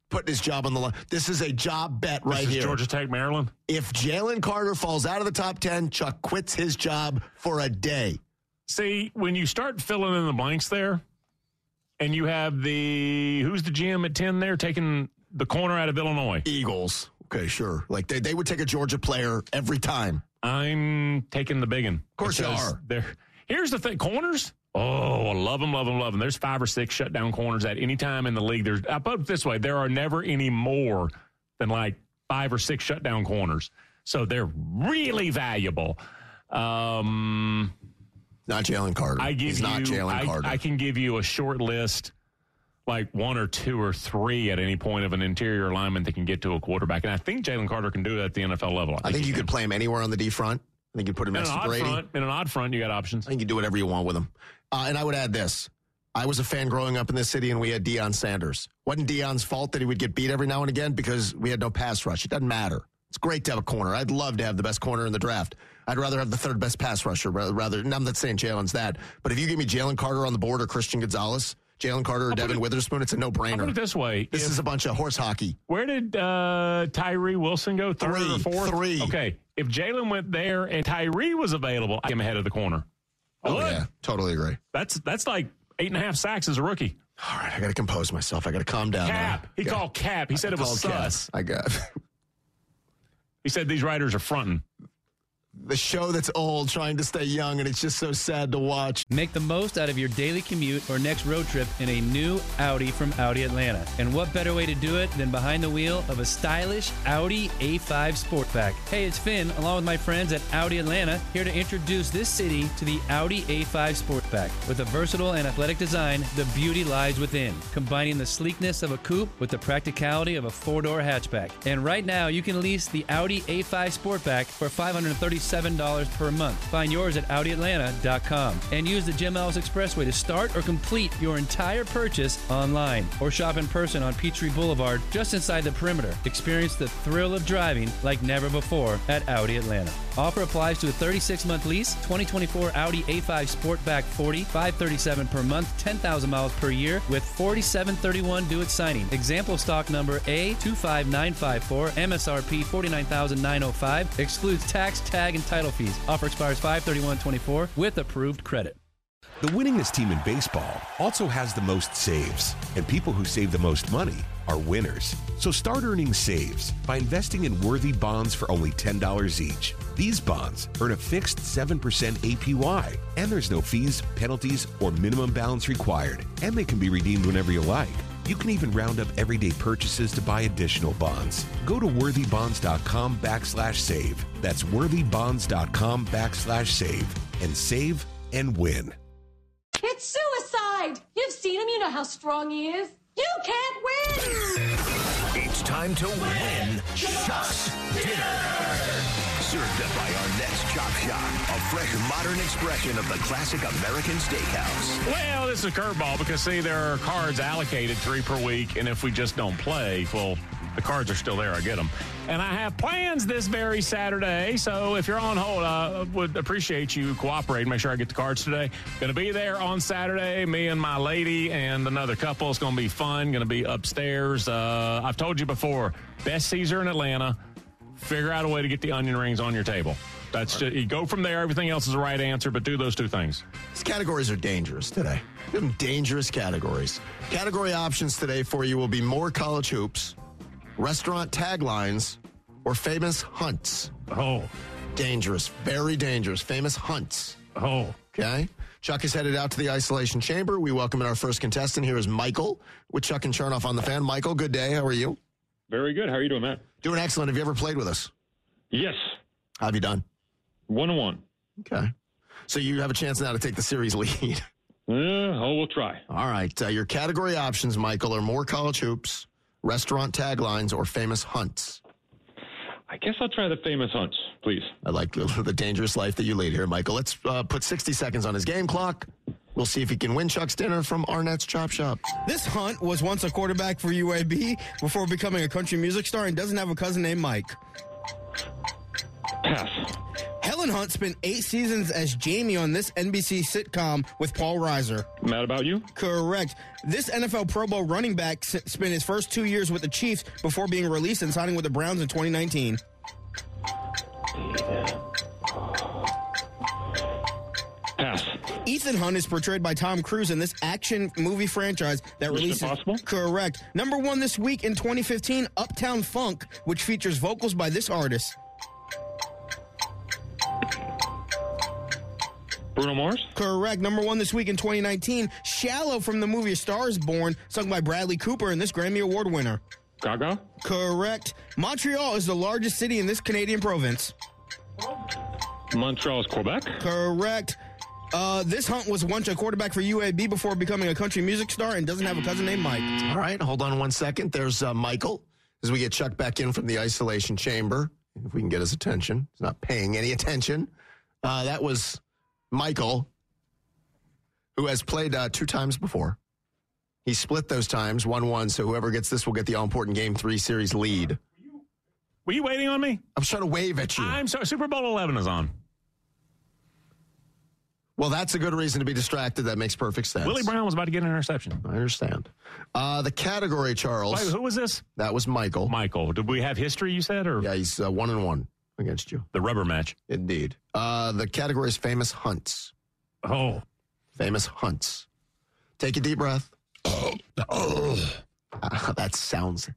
D: putting his job on the line. This is a job bet right
E: This is
D: here.
E: Georgia Tech, Maryland.
D: If Jalen Carter falls out of the top 10, Chuck quits his job for a day.
E: See, when you start filling in the blanks there, and you have the who's the GM at ten there taking the corner out of Illinois.
D: Eagles. Okay, sure. Like they, they would take a Georgia player every time.
E: I'm taking the big one. Of
D: course you are.
E: Here's the thing corners. Oh, I love them, love them, love them. There's five or six shutdown corners at any time in the league. There's, I put it this way there are never any more than like five or six shutdown corners. So they're really valuable. Um,
D: Not Jalen Carter.
E: I give
D: He's
E: you,
D: not Jalen
E: I,
D: Carter.
E: I can give you a short list, like one or two or three at any point of an interior alignment that can get to a quarterback. And I think Jalen Carter can do it at the NFL level.
D: I think you could play him anywhere on the D front. I think you put him
E: in an
D: next to
E: odd
D: Brady.
E: front, in an odd front, you got options.
D: I think you do whatever you want with him. Uh, and I would add this. I was a fan growing up in this city, and we had Deion Sanders. Wasn't Deion's fault that he would get beat every now and again because we had no pass rush. It doesn't matter. It's great to have a corner. I'd love to have the best corner in the draft. I'd rather have the third best pass rusher ra- rather. And I'm not saying Jalen's that, but if you give me Jalen Carter on the board or Christian Gonzalez, Jalen Carter or Devin Witherspoon, it's a no
E: I'll put it
D: brainer.
E: this way:
D: This
E: If-
D: is a bunch of horse hockey.
E: where did uh, Tyree Wilson go? Third or
D: Three,
E: fourth?
D: three.
E: Okay, if Jalen went there and Tyree was available, I am ahead of the corner. Oh,
D: Oh,
E: Look,
D: totally agree.
E: that's that's like eight and a half sacks as a rookie.
D: All right, I got to compose myself. I got to calm down.
E: Cap.
D: now.
E: He
D: Yeah.
E: called cap. He said it was
D: Called Cap.
E: sus.
D: I *laughs* got.
E: He said these writers are fronting.
D: the show that's old trying to stay young and it's just so sad to watch
A: Make the most out of your daily commute or next road trip in a new Audi from Audi Atlanta. And what better way to do it than behind the wheel of a stylish Audi A5 Sportback? Hey, it's Finn, along with my friends at Audi Atlanta, here to introduce this city to the Audi A5 Sportback. With a versatile and athletic design, the beauty lies within, combining the sleekness of a coupe with the practicality of a four-door hatchback. And right now, you can lease the Audi A5 Sportback for $537 per month. Find yours at AudiAtlanta.com and use the Jim Ellis Expressway to start or complete your entire purchase online or shop in person on Peachtree Boulevard just inside the perimeter. Experience the thrill of driving like never before at Audi Atlanta. Offer applies to a 36-month lease, 2024 Audi A5 Sportback 40, 537 per month, 10,000 miles per year with 4731 due at signing. Example stock number A25954, MSRP 49905, excludes tax, tag and title fees. Offer expires 53124 with approved credit.
J: The winningest team in baseball also has the most saves, and people who save the most money are winners. So start earning saves by investing in worthy bonds for only $10 each. These bonds earn a fixed 7% APY, and there's no fees, penalties, or minimum balance required, and they can be redeemed whenever you like. You can even round up everyday purchases to buy additional bonds. Go to worthybonds.com backslash save. That's worthybonds.com backslash save and save and win.
K: It's suicide! You've seen him, you know how strong he is. You can't win!
B: It's time to win Shock's Dinner. Served up by our next Chop Shop, a fresh modern expression of the classic American steakhouse.
E: Well, this is a curveball because see, there are cards allocated three per week, and if we just don't play, well, The cards are still there. I get them. And I have plans this very Saturday. So if you're on hold, I would appreciate you cooperating. Make sure I get the cards today. Going to be there on Saturday. Me and my lady and another couple. It's going to be fun. Going to be upstairs. Uh, I've told you before, best Caesar in Atlanta. Figure out a way to get the onion rings on your table. That's just, you go from there. Everything else is the right answer, but do those two things.
D: These categories are dangerous today. Give them dangerous categories. Category options today for you will be more college hoops, restaurant taglines, or famous hunts.
E: Oh.
D: Dangerous. Very dangerous. Famous hunts.
E: Oh.
D: Okay. Chuck is headed out to the isolation chamber. We welcome in our first contestant. Here is Michael with Chuck and Chernoff on the fan. Michael, good day. How are you?
L: Very good. How are you doing, Matt?
D: Doing excellent. Have you ever played with us?
L: Yes.
D: How have you done?
L: One on one.
D: Okay. So you have a chance now to take the series *laughs* lead.
L: Yeah, oh, we'll try.
D: All right. Uh, your category options, Michael, are more college hoops, restaurant taglines, or famous hunts.
L: I guess I'll try the famous hunts, please.
D: I like *laughs* the, the dangerous life that you lead here, Michael. Let's uh, put 60 seconds on his game clock. We'll see if he can win Chuck's dinner from Arnett's Chop Shop.
F: This Hunt was once a quarterback for UAB before becoming a country music star and doesn't have a cousin named Mike.
L: Pass.
F: Helen Hunt spent eight seasons as Jamie on this NBC sitcom with Paul Reiser.
L: Mad about you?
F: Correct. This NFL Pro Bowl running back s- spent his first two years with the Chiefs before being released and signing with the Browns in 2019.
L: Pass.
F: Ethan Hunt is portrayed by Tom Cruise in this action movie franchise that
L: Mission
F: releases.
L: Impossible?
F: Correct. Number one this week in 2015, Uptown Funk, which features vocals by this artist.
L: Bruno Mars?
F: Correct. Number one this week in 2019, Shallow from the movie A Star is Born, sung by Bradley Cooper and this Grammy Award winner.
L: Gaga?
F: Correct. Montreal is the largest city in this Canadian province.
L: Montreal's Quebec?
F: Correct. Uh, this Hunt was once a quarterback for UAB before becoming a country music star and doesn't have a cousin named Mike.
D: All right. Hold on one second. There's uh, Michael as we get Chuck back in from the isolation chamber. If we can get his attention, he's not paying any attention. Uh, that was Michael, who has played uh, two times before. He split those times, 1 1. So whoever gets this will get the all important game three series lead.
E: Were you waiting on me?
D: I'm trying to wave at you.
E: I'm sorry. Super Bowl 11 is on.
D: Well, that's a good reason to be distracted. That makes perfect sense.
E: Willie Brown was about to get an interception.
D: I understand. Uh, the category, Charles.
E: Wait, who was this?
D: That was Michael.
E: Michael. Did we have history, you said? or
D: Yeah, he's uh, one and one against you.
E: The rubber match.
D: Indeed. Uh, the category is famous hunts.
E: Oh.
D: Famous hunts. Take a deep breath.
E: Oh.
D: Ah, *laughs* that sounds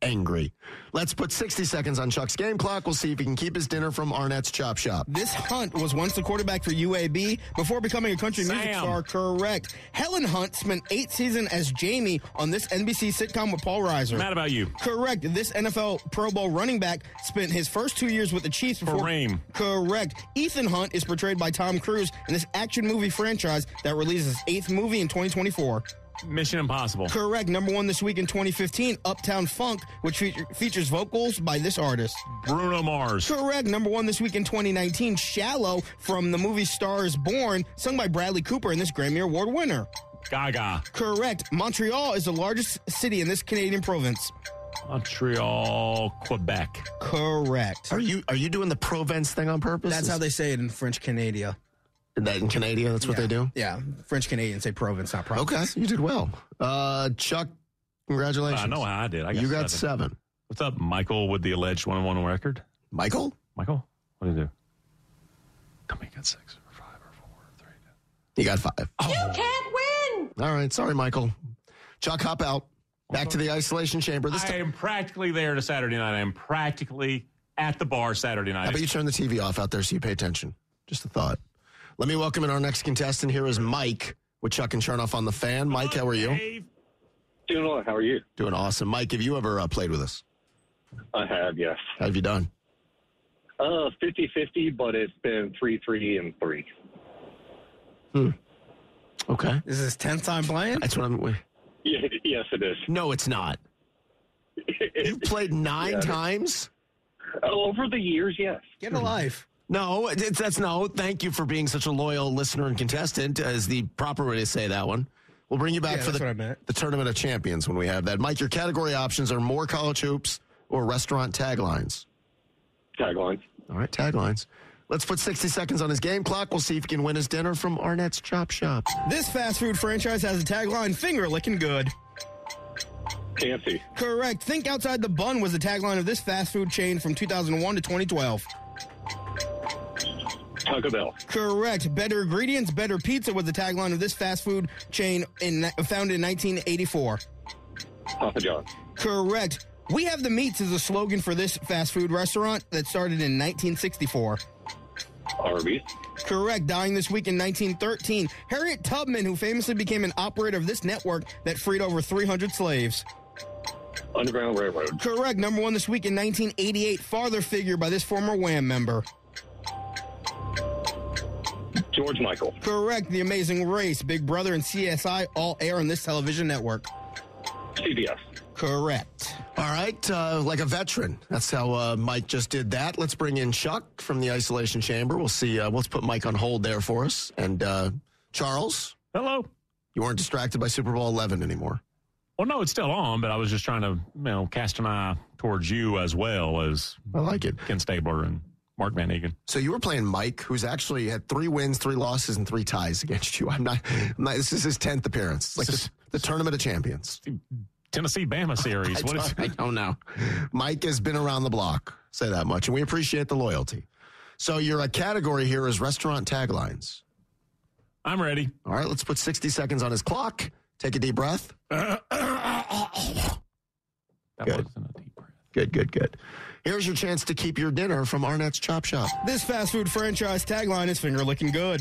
D: angry. Let's put 60 seconds on Chuck's game clock. We'll see if he can keep his dinner from Arnett's Chop Shop.
F: This Hunt was once the quarterback for UAB before becoming a country music
E: Sam.
F: star. Correct. Helen Hunt spent eight seasons as Jamie on this NBC sitcom with Paul Reiser.
E: Mad about you.
F: Correct. This NFL Pro Bowl running back spent his first two years with the Chiefs before.
E: Kareem.
F: Correct. Ethan Hunt is portrayed by Tom Cruise in this action movie franchise that releases its eighth movie in 2024.
E: Mission Impossible.
F: Correct. Number one this week in 2015, Uptown Funk, which feature, features vocals by this artist.
E: Bruno Mars.
F: Correct. Number one this week in 2019, Shallow from the movie Star is Born, sung by Bradley Cooper and this Grammy Award winner.
E: Gaga.
F: Correct. Montreal is the largest city in this Canadian province.
E: Montreal, Quebec. Ah,
F: Correct.
D: Are you are you doing the Provence thing on purpose?
F: That's how they say it in French Canada.
D: that in Canada. That's what
F: Yeah.
D: they do.
F: Yeah. French Canadians say province, not province.
D: Okay, you did well. Uh, Chuck, congratulations.
E: I know how I did. I got
D: you got
E: seven.
D: seven.
E: What's up, Michael, with the alleged 1 1 record?
D: Michael?
E: Michael, what do you do? Come on, you got six or five or four or three.
D: You got five.
E: Oh.
K: You can't win!
D: All right, sorry, Michael. Chuck, hop out. Back to the isolation chamber. This
E: I
D: time,
E: am practically there to Saturday night. I am practically at the bar Saturday
D: how
E: night.
D: about you turn the TV off out there so you pay attention? Just a thought. Let me welcome in our next contestant. Here is Mike with Chuck and Chernoff on the fan. Mike, how are you?
E: Dave,
L: Doing well. How are you?
D: Doing awesome. Mike, have you ever uh, played with us?
L: I have, yes.
D: How have you done?
L: Uh, 50-50, but it's been 3-3 and 3.
D: Okay,
F: This is his 10th time playing?
D: that's what I'm. wait.
L: Yeah, yes, it is.
D: No, it's not.
L: *laughs*
D: You've
F: *laughs*
D: played nine
L: Yeah.
D: times.
L: Oh, over the years, yes.
F: Get a life.
D: No, it's, that's no. Thank you for being such a loyal listener and contestant, is the proper way to say that one. We'll bring you back
F: Yeah,
D: for
F: that's what I
D: the,
F: meant.
D: the Tournament of Champions when we have that. Mike, your category options are more college hoops or restaurant taglines.
L: Taglines.
D: All right, taglines. Let's put 60 seconds on his game clock. We'll see if he can win his dinner from Arnett's Chop Shop.
F: This fast food franchise has a tagline finger licking good.
L: KFC.
F: Correct. Think outside the bun was the tagline of this fast food chain from 2001 to 2012.
L: Taco Bell.
F: Correct. Better ingredients, better pizza was the tagline of this fast food chain in, founded in 1984.
L: Papa John's.
F: Correct. We have the meats is a slogan for this fast food restaurant that started in 1964.
L: Arby's.
F: Correct. Dying this week in 1913, Harriet Tubman, who famously became an operator of this network that freed over 300 slaves.
L: Underground Railroad.
F: Correct. Number one this week in 1988, Father Figure by this former Wham member.
L: George Michael.
F: Correct. The Amazing Race, Big Brother, and CSI all air on this television network.
L: CBS.
F: Correct.
D: All right, uh, like a veteran. That's how uh, Mike just did that. Let's bring in Chuck from the isolation chamber. We'll see. Uh, let's put Mike on hold there for us. And uh, Charles.
E: Hello.
D: You weren't distracted by Super Bowl 11 anymore.
E: Well, no, it's still on, but I was just trying to, you know, cast an eye towards you as well as
D: I like it.
E: Ken Stabler and Mark Van Egan.
D: So you were playing Mike, who's actually had three wins, three losses, and three ties against you. I'm not. I'm not- this is his tenth appearance. It's like the, the tournament of champions.
E: Tennessee Bama series.
D: I
E: what is
D: don't, I don't know. Mike has been around the block. Say that much, and we appreciate the loyalty. So your uh, category here is restaurant taglines.
E: I'm ready.
D: All right, let's put 60 seconds on his clock. Take a deep *coughs* breath. good. Good, good, good. Here's your chance to keep your dinner from Arnett's Chop Shop.
F: This fast food franchise tagline is finger looking good.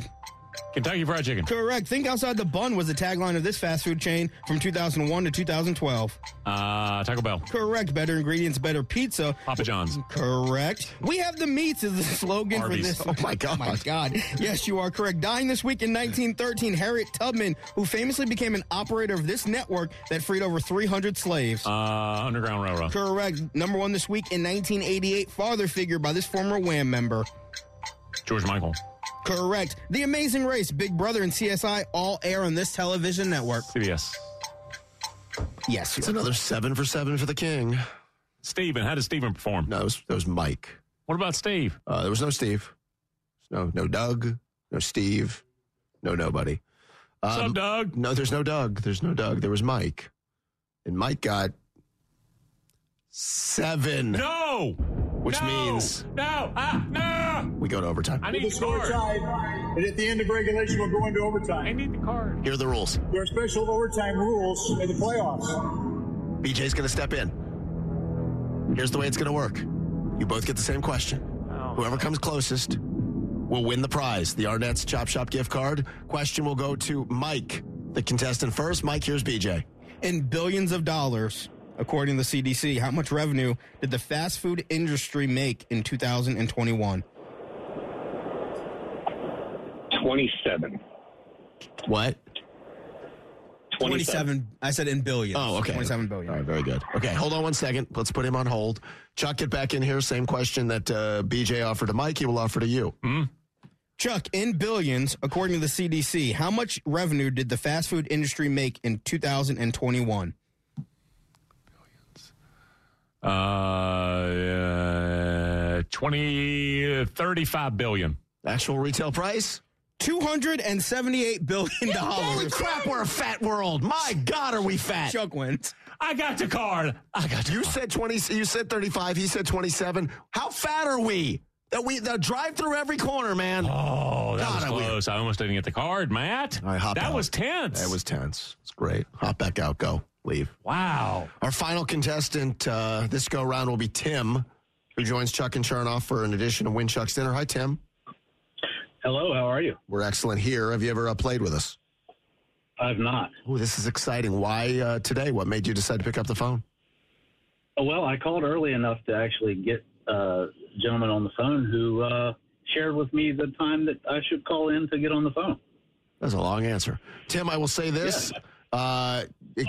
E: Kentucky Fried Chicken.
F: Correct. Think outside the bun was the tagline of this fast food chain from 2001 to 2012.
E: Uh, Taco Bell.
F: Correct. Better ingredients, better pizza.
E: Papa John's.
F: Correct. We have the meats is the *laughs* slogan
E: Arby's.
F: for this. Oh my god! my god! Yes, you are correct. Dying this week in 1913, Harriet Tubman, who famously became an operator of this network that freed over 300 slaves.
E: Uh, Underground Railroad.
F: Correct. Number one this week in 1988, father figure by this former Wham member.
E: George Michael.
F: Correct. The Amazing Race, Big Brother, and CSI all air on this television network.
E: CBS.
F: Yes,
D: it's another seven for seven for the king.
E: Steven. How did Steven perform?
D: No, it was, it was Mike.
E: What about Steve?
D: Uh, there was no Steve. No, no Doug. No Steve. No nobody.
E: What's
D: Uh,
E: up, Doug?
D: No, there's no Doug. There's no Doug. There was Mike, and Mike got seven,
E: No.
D: which
E: No!
D: means
E: No. Ah, no.
D: we go to overtime.
E: I need the card.
M: And at the end of regulation, we'll go into overtime.
E: I need the card.
D: Here are the rules.
M: There are special overtime rules in the playoffs.
D: BJ's going to step in. Here's the way it's going to work. You both get the same question.
E: Oh.
D: Whoever comes closest will win the prize, the Arnett's Chop Shop gift card. Question will go to Mike, the contestant first. Mike, here's BJ.
F: in billions of dollars, according to the CDC. How much revenue did the fast food industry make in 2021?
L: 27.
D: What?
L: 27.
F: I said in billions.
D: Oh, okay.
F: 27 billion.
D: All right, very good. Okay, hold on one second. Let's put him on hold. Chuck, get back in here. Same question that uh, BJ offered to Mike, he will offer to you.
F: Chuck, in billions, according to the CDC, how much revenue did the fast food industry make in 2021?
E: Uh, uh, 20, 35 billion.
D: Actual retail price?
F: $278 billion.
D: Holy crap, we're a fat world. My God, are we fat?
F: Chuck wins.
E: I got the card. I got the
D: You said 20, you said 35, he said 27. How fat are we? That we that drive through every corner, man.
E: Oh, that
D: God,
E: was
D: I win.
E: close. I almost didn't get the card, Matt.
D: right, hop
E: that
D: out.
E: was tense.
D: That was tense. It's great. Hop back out, go, leave.
E: wow.
D: Our final contestant uh, this go round will be Tim, who joins Chuck and Chernoff for an edition of Win Chuck's Dinner. Hi, Tim.
L: Hello, how are you?
D: We're excellent here. Have you ever uh, played with us?
L: I've not.
D: Oh, this is exciting. Why uh, today? What made you decide to pick up the phone?
L: Oh, Well, I called early enough to actually get uh, a gentleman on the phone who uh, shared with me the time that I should call in to get on the phone.
D: That's a long answer. Tim, I will say this. Uh,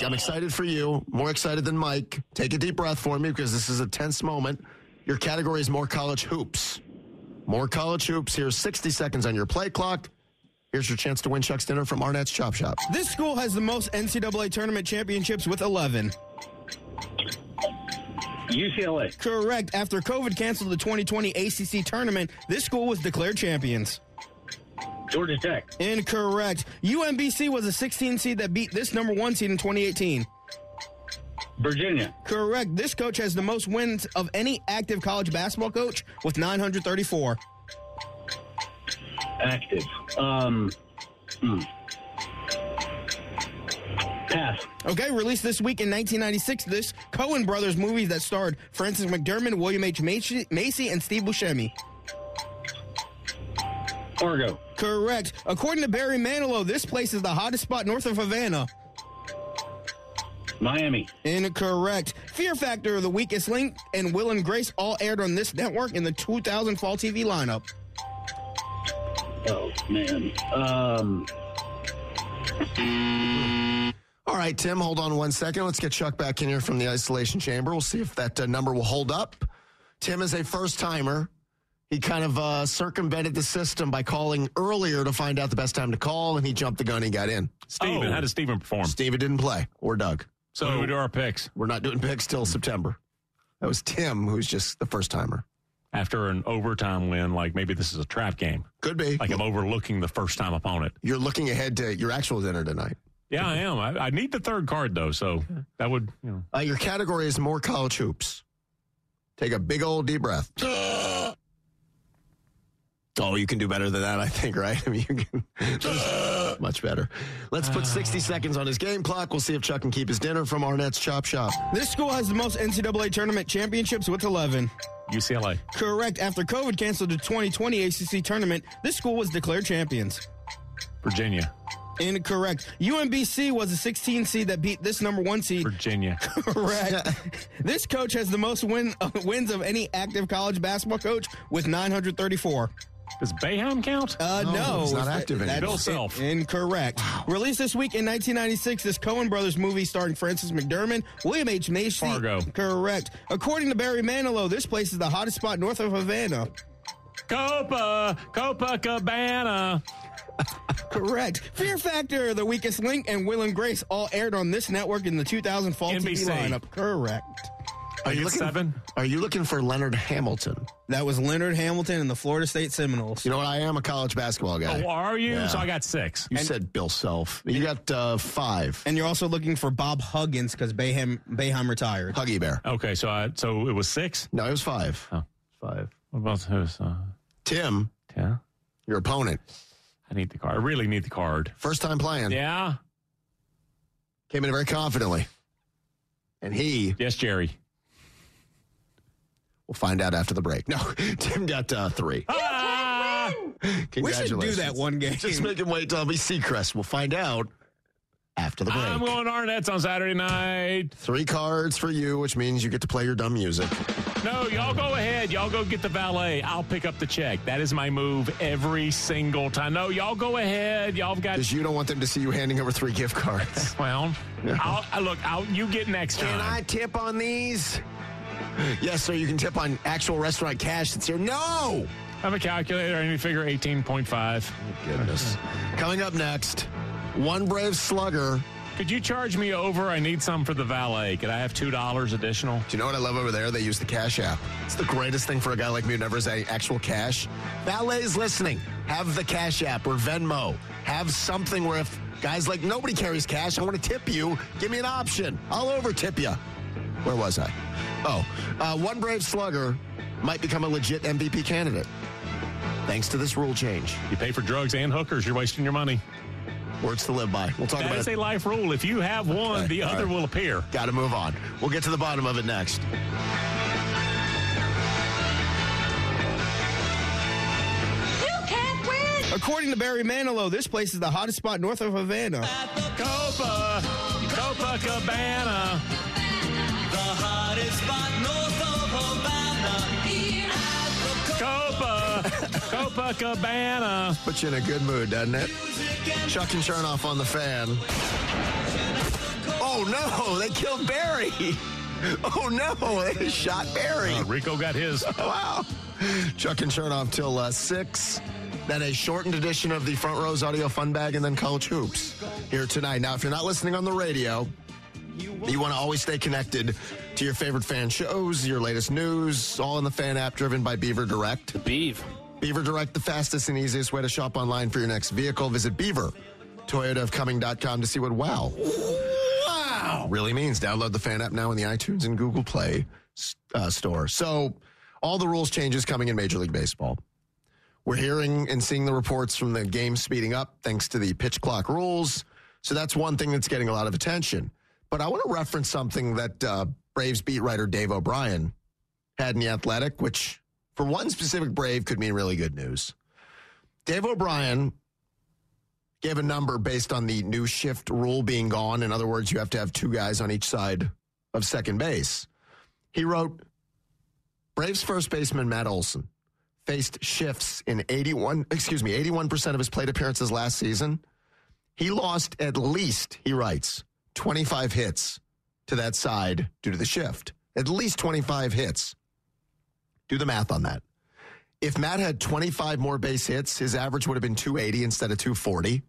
D: I'm excited for you, more excited than Mike. Take a deep breath for me because this is a tense moment. Your category is more college hoops. More college hoops. Here's 60 seconds on your play clock. Here's your chance to win Chuck's dinner from Arnett's Chop Shop.
F: This school has the most NCAA tournament championships with 11.
L: UCLA.
F: Correct. After COVID canceled the 2020 ACC tournament, this school was declared champions.
L: Georgia Tech.
F: Incorrect. UMBC was a 16 seed that beat this number one seed in 2018.
L: Virginia.
F: Correct. This coach has the most wins of any active college basketball coach with 934.
L: Active. Um, hmm. Pass.
F: Okay, released this week in 1996, this Cohen Brothers movies that starred Francis McDermott, William H. Macy, Macy and Steve Buscemi.
L: Fargo.
F: Correct. According to Barry Manilow, this place is the hottest spot north of Havana.
L: Miami.
F: Incorrect. Fear Factor, The Weakest Link, and Will and Grace all aired on this network in the 2000 fall TV lineup.
L: Oh, man. Um,
D: All right, Tim, hold on one second. Let's get Chuck back in here from the isolation chamber. We'll see if that uh, number will hold up. Tim is a first timer. He kind of uh, circumvented the system by calling earlier to find out the best time to call, and he jumped the gun and got in. Oh.
E: Steven, how did Steven perform?
D: Steven didn't play, or Doug.
E: So we Oh. do our picks
D: We're not doing picks till September. That was Tim, who's just the first timer.
E: after an overtime win. Like maybe this is a trap game.
D: Could be.
E: Like I'm overlooking the first time opponent.
D: You're looking ahead to your actual dinner tonight.
E: Yeah, I am. I, I need the third card though, so that would you know.
D: Uh, your category is more college hoops. Take a big old deep breath. *gasps* oh, you can do better than that, I think, right? *laughs* I mean, you can. much better. Let's put
E: *sighs*
D: 60 seconds on his game clock. We'll see if Chuck can keep his dinner from Arnett's Chop Shop.
F: This school has the most NCAA tournament championships with 11.
E: UCLA.
F: Correct. After COVID canceled the 2020 ACC tournament, this school was declared champions.
E: Virginia.
F: Incorrect. UMBC was a 16 seed that beat this number one seed.
E: Virginia.
F: Correct. *laughs* this coach has the most win, uh, wins of any active college basketball coach with 934.
E: Does Bayham count?
F: Uh, no,
E: No, it's not
F: That-
E: active anymore. Bill Self.
F: in- incorrect. Released this week in 1996, this Cohen Brothers movie starring Francis McDermott, William H. Macy.
E: Fargo.
F: Correct. According to Barry Manilow, this place is the hottest spot north of Havana.
E: Copa, Copa Cabana.
F: Correct. Fear Factor, The Weakest Link, and Will and Grace all aired on this network in the 2000 fall
E: NBC.
F: TV lineup. Correct.
D: Are you
E: get
D: looking,
E: seven?
D: Are you looking for Leonard Hamilton?
F: That was Leonard Hamilton and the Florida State Seminoles.
D: You know what? I am a college basketball guy.
E: Oh, are you?
D: Yeah.
E: So I got six.
D: you said Bill Self. You got uh, five.
F: And you're also looking for Bob Huggins because Bayham, Bayham retired.
D: Huggy Bear.
E: Okay, so I so it was six.
D: No, it was five.
E: Oh.
D: Five.
E: What about who's uh,
D: Tim,
E: ten?
D: your opponent,
E: I need the card. I really need the card.
D: first time playing,
E: Yeah.
D: came in very confidently. And he
E: Yes, Jerry.
D: We'll find out after the break. No, *laughs* Tim got uh, three.
E: Ah!
F: We should
D: Congratulations.
F: do that one game.
D: Just make him wait till we see Chris. We'll find out after the break.
E: I'm going Arnett's on Saturday night.
D: Three cards for you, which means you get to play your dumb music.
E: No, y'all go ahead. Y'all go get the valet. I'll pick up the check. That is my move every single time. No, y'all go ahead. Y'all got. *laughs*
D: Because you don't want them to see you handing over three gift cards. *laughs*
E: Well, I'll, I- look, I'll, you get next time.
D: Can I tip on these? Yes, sir. You can tip on actual restaurant cash that's here. No!
E: have a calculator. I need to figure 18.5.
D: Goodness. Coming up next, one brave slugger.
E: Could you charge me over? I need some for the valet. Could I have $2 additional?
D: Do you know what I love over there? They use the Cash app. It's the greatest thing for a guy like me who never has any actual cash. Valet's listening. Have the Cash app or Venmo. Have something where if guys like nobody carries cash, I want to tip you. Give me an option. I'll over tip you. Where was I? Oh, uh, one brave slugger might become a legit MVP candidate thanks to this rule change.
E: You pay for drugs and hookers. You're wasting your money.
D: Words to live by. We'll talk
E: That
D: about
E: is
D: it.
E: a life rule. If you have one,
D: Okay,
E: the
D: all
E: other
D: right.
E: will appear.
D: Got to move on. We'll get to the bottom of it next.
K: You can't win!
F: According to Barry Manilow, this place is the hottest spot north of Havana.
E: Copa, Copacabana. Copa, Copacabana.
D: Puts you in a good mood, doesn't it? Chuck and Chernoff on the fan. Oh no, they killed Barry. *laughs* Oh no, they shot Barry. *laughs*
E: Rico got his.
D: Wow. Chuck and Chernoff till uh, six. than a shortened edition of the Front Rows Audio Fun Bag and then College Hoops here tonight. Now, if you're not listening on the radio, you want to always stay connected to your favorite fan shows, your latest news, all in the fan app driven by Beaver Direct.
N: Beaver.
D: Beaver Direct, the fastest and easiest way to shop online for your next vehicle. Visit Beaver, ToyotaofComing.com to see what wow wow really means. Download the fan app now in the iTunes and Google Play uh, store. So, all the rules changes coming in Major League Baseball. We're hearing and seeing the reports from the game speeding up thanks to the pitch clock rules. So that's one thing that's getting a lot of attention. But I want to reference something that uh, Braves beat writer Dave O'Brien had in The Athletic, which for one specific Brave could mean really good news. Dave O'Brien gave a number based on the new shift rule being gone. In other words, you have to have two guys on each side of second base. He wrote Braves first baseman Matt Olson faced shifts in 81, excuse me, 81% of his plate appearances last season. He lost at least, he writes, 25 hits to that side due to the shift. At least 25 hits. Do the math on that. If Matt had 25 more base hits, his average would have been 280 instead of 240.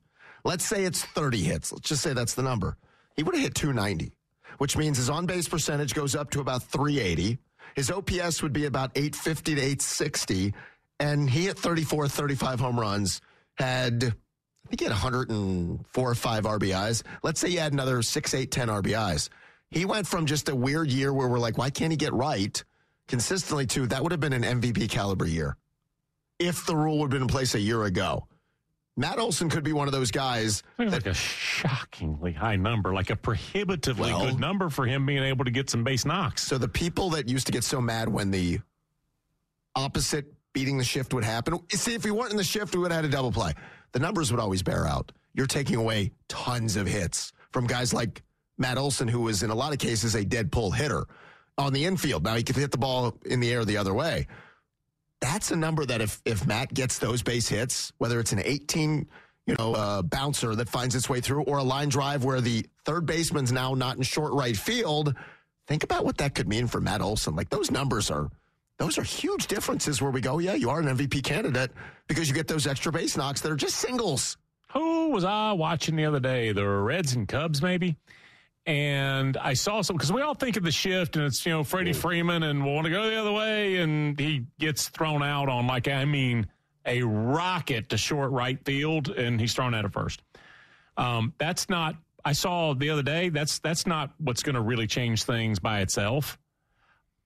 D: Let's say it's 30 hits. Let's just say that's the number. He would have hit 290, which means his on base percentage goes up to about 380. His OPS would be about 850 to 860. And he hit 34, 35 home runs, had, I think he had 104 or 5 RBIs. Let's say he had another 6, 8, 10 RBIs. He went from just a weird year where we're like, why can't he get right consistently to that would have been an MVP caliber year if the rule would have been in place a year ago. Matt Olson could be one of those guys.
E: like a shockingly high number, like a prohibitively
D: Well-
E: good number for him being able to get some base knocks.
D: So the people that used to get so mad when the opposite beating the shift would happen. See, if we weren't in the shift, we would have had a double play. The numbers would always bear out. You're taking away tons of hits from guys like Matt Olson, who was in a lot of cases a dead pull hitter on the infield. Now he could hit the ball in the air the other way. That's a number that if if Matt gets those base hits, whether it's an 18, you know, uh, bouncer that finds its way through, or a line drive where the third baseman's now not in short right field, think about what that could mean for Matt Olson. Like those numbers are those are huge differences where we go, yeah, you are an MVP candidate because you get those extra base knocks that are just singles.
E: Who was I watching the other day? The Reds and Cubs, maybe? And I saw some because we all think of the shift, and it's you know Freddie Freeman, and want to go the other way, and he gets thrown out on like I mean a rocket to short right field, and he's thrown out at first. Um, that's not. I saw the other day. That's that's not what's going to really change things by itself.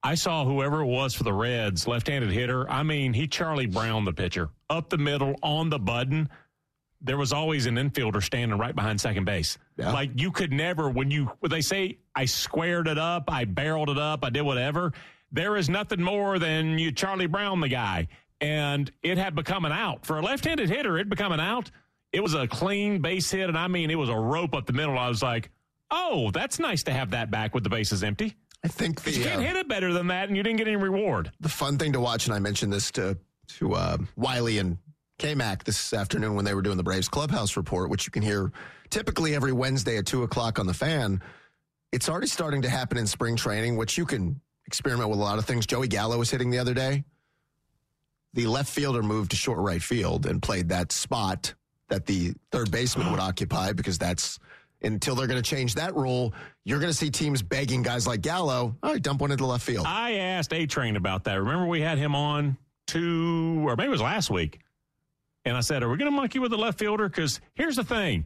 E: I saw whoever it was for the Reds, left-handed hitter. I mean, he Charlie Brown the pitcher up the middle on the button. There was always an infielder standing right behind second base. Like you could never when you when they say I squared it up, I barreled it up, I did whatever. There is nothing more than you Charlie Brown the guy, and it had become an out for a left-handed hitter. It become an out. It was a clean base hit, and I mean, it was a rope up the middle. I was like, oh, that's nice to have that back with the bases empty.
D: I think uh,
E: you can't hit it better than that, and you didn't get any reward.
D: The fun thing to watch, and I mentioned this to to uh, Wiley and K-Mac this afternoon when they were doing the Braves clubhouse report, which you can hear typically every Wednesday at two o'clock on the fan. It's already starting to happen in spring training, which you can experiment with a lot of things. Joey Gallo was hitting the other day. The left fielder moved to short right field and played that spot that the third baseman would occupy because that's until they're going to change that rule. You're going to see teams begging guys like Gallo, all right, dump one into left field.
E: I asked A Train about that. Remember, we had him on two, or maybe it was last week. And I said, Are we going to monkey with the left fielder? Because here's the thing.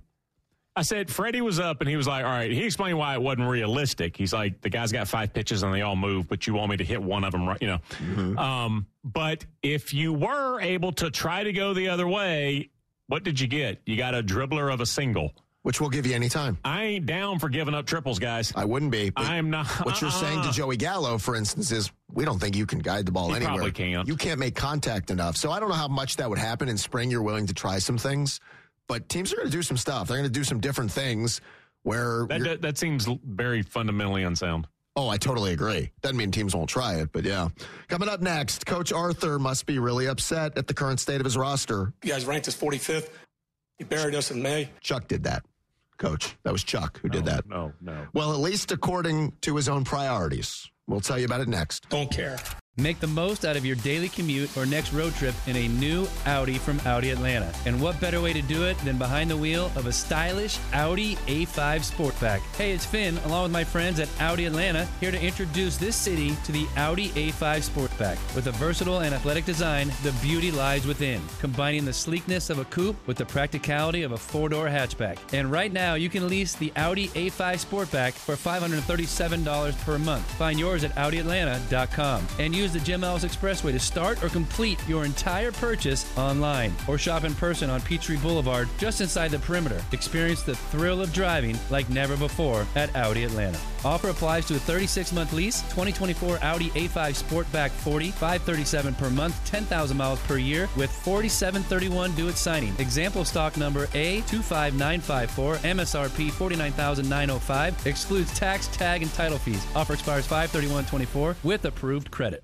E: I said, Freddie was up, and he was like, All right, he explained why it wasn't realistic. He's like, The guy's got five pitches and they all move, but you want me to hit one of them, right? You know.
D: Mm-hmm.
E: Um, but if you were able to try to go the other way, what did you get? You got a dribbler of a single.
D: Which we'll give you any time.
E: I ain't down for giving up triples, guys.
D: I wouldn't be.
E: I am not.
D: What you're saying to
E: Uh-uh.
D: Joey Gallo, for instance, is we don't think you can guide the ball
E: He
D: anywhere.
E: probably can't.
D: You can't make contact enough. So I don't know how much that would happen in spring. You're willing to try some things, but teams are going to do some stuff. They're going to do some different things where.
E: That,
D: you're-
E: that, that seems l- very fundamentally unsound.
D: oh, I totally agree. Doesn't mean teams won't try it, but yeah. Coming up next, Coach Arthur must be really upset at the current state of his roster.
I: You guys ranked us 45th. You buried us in May.
D: Chuck did that, Coach. That was Chuck who did that.
E: No, no.
D: Well, at least according to his own priorities. We'll tell you about it next.
I: Don't care.
A: Make the most out of your daily commute or next road trip in a new Audi from Audi Atlanta. And what better way to do it than behind the wheel of a stylish Audi A5 Sportback? Hey, it's Finn, along with my friends at Audi Atlanta, here to introduce this city to the Audi A5 Sportback. With a versatile and athletic design, the beauty lies within, combining the sleekness of a coupe with the practicality of a four door hatchback. And right now, you can lease the Audi A5 Sportback for $537 per month. Find yours at AudiAtlanta.com and use the Jim Ellis Expressway to start or complete your entire purchase online or shop in person on Peachtree Boulevard just inside the perimeter. Experience the thrill of driving like never before at Audi Atlanta. Offer applies to a 36 month lease, 2024 Audi A5 Sportback 40, 537 per month, 10,000 miles per year with 4731 due at signing. Example stock number A25954, MSRP 49905, excludes tax, tag, and title fees. Offer expires 53124 with approved credit.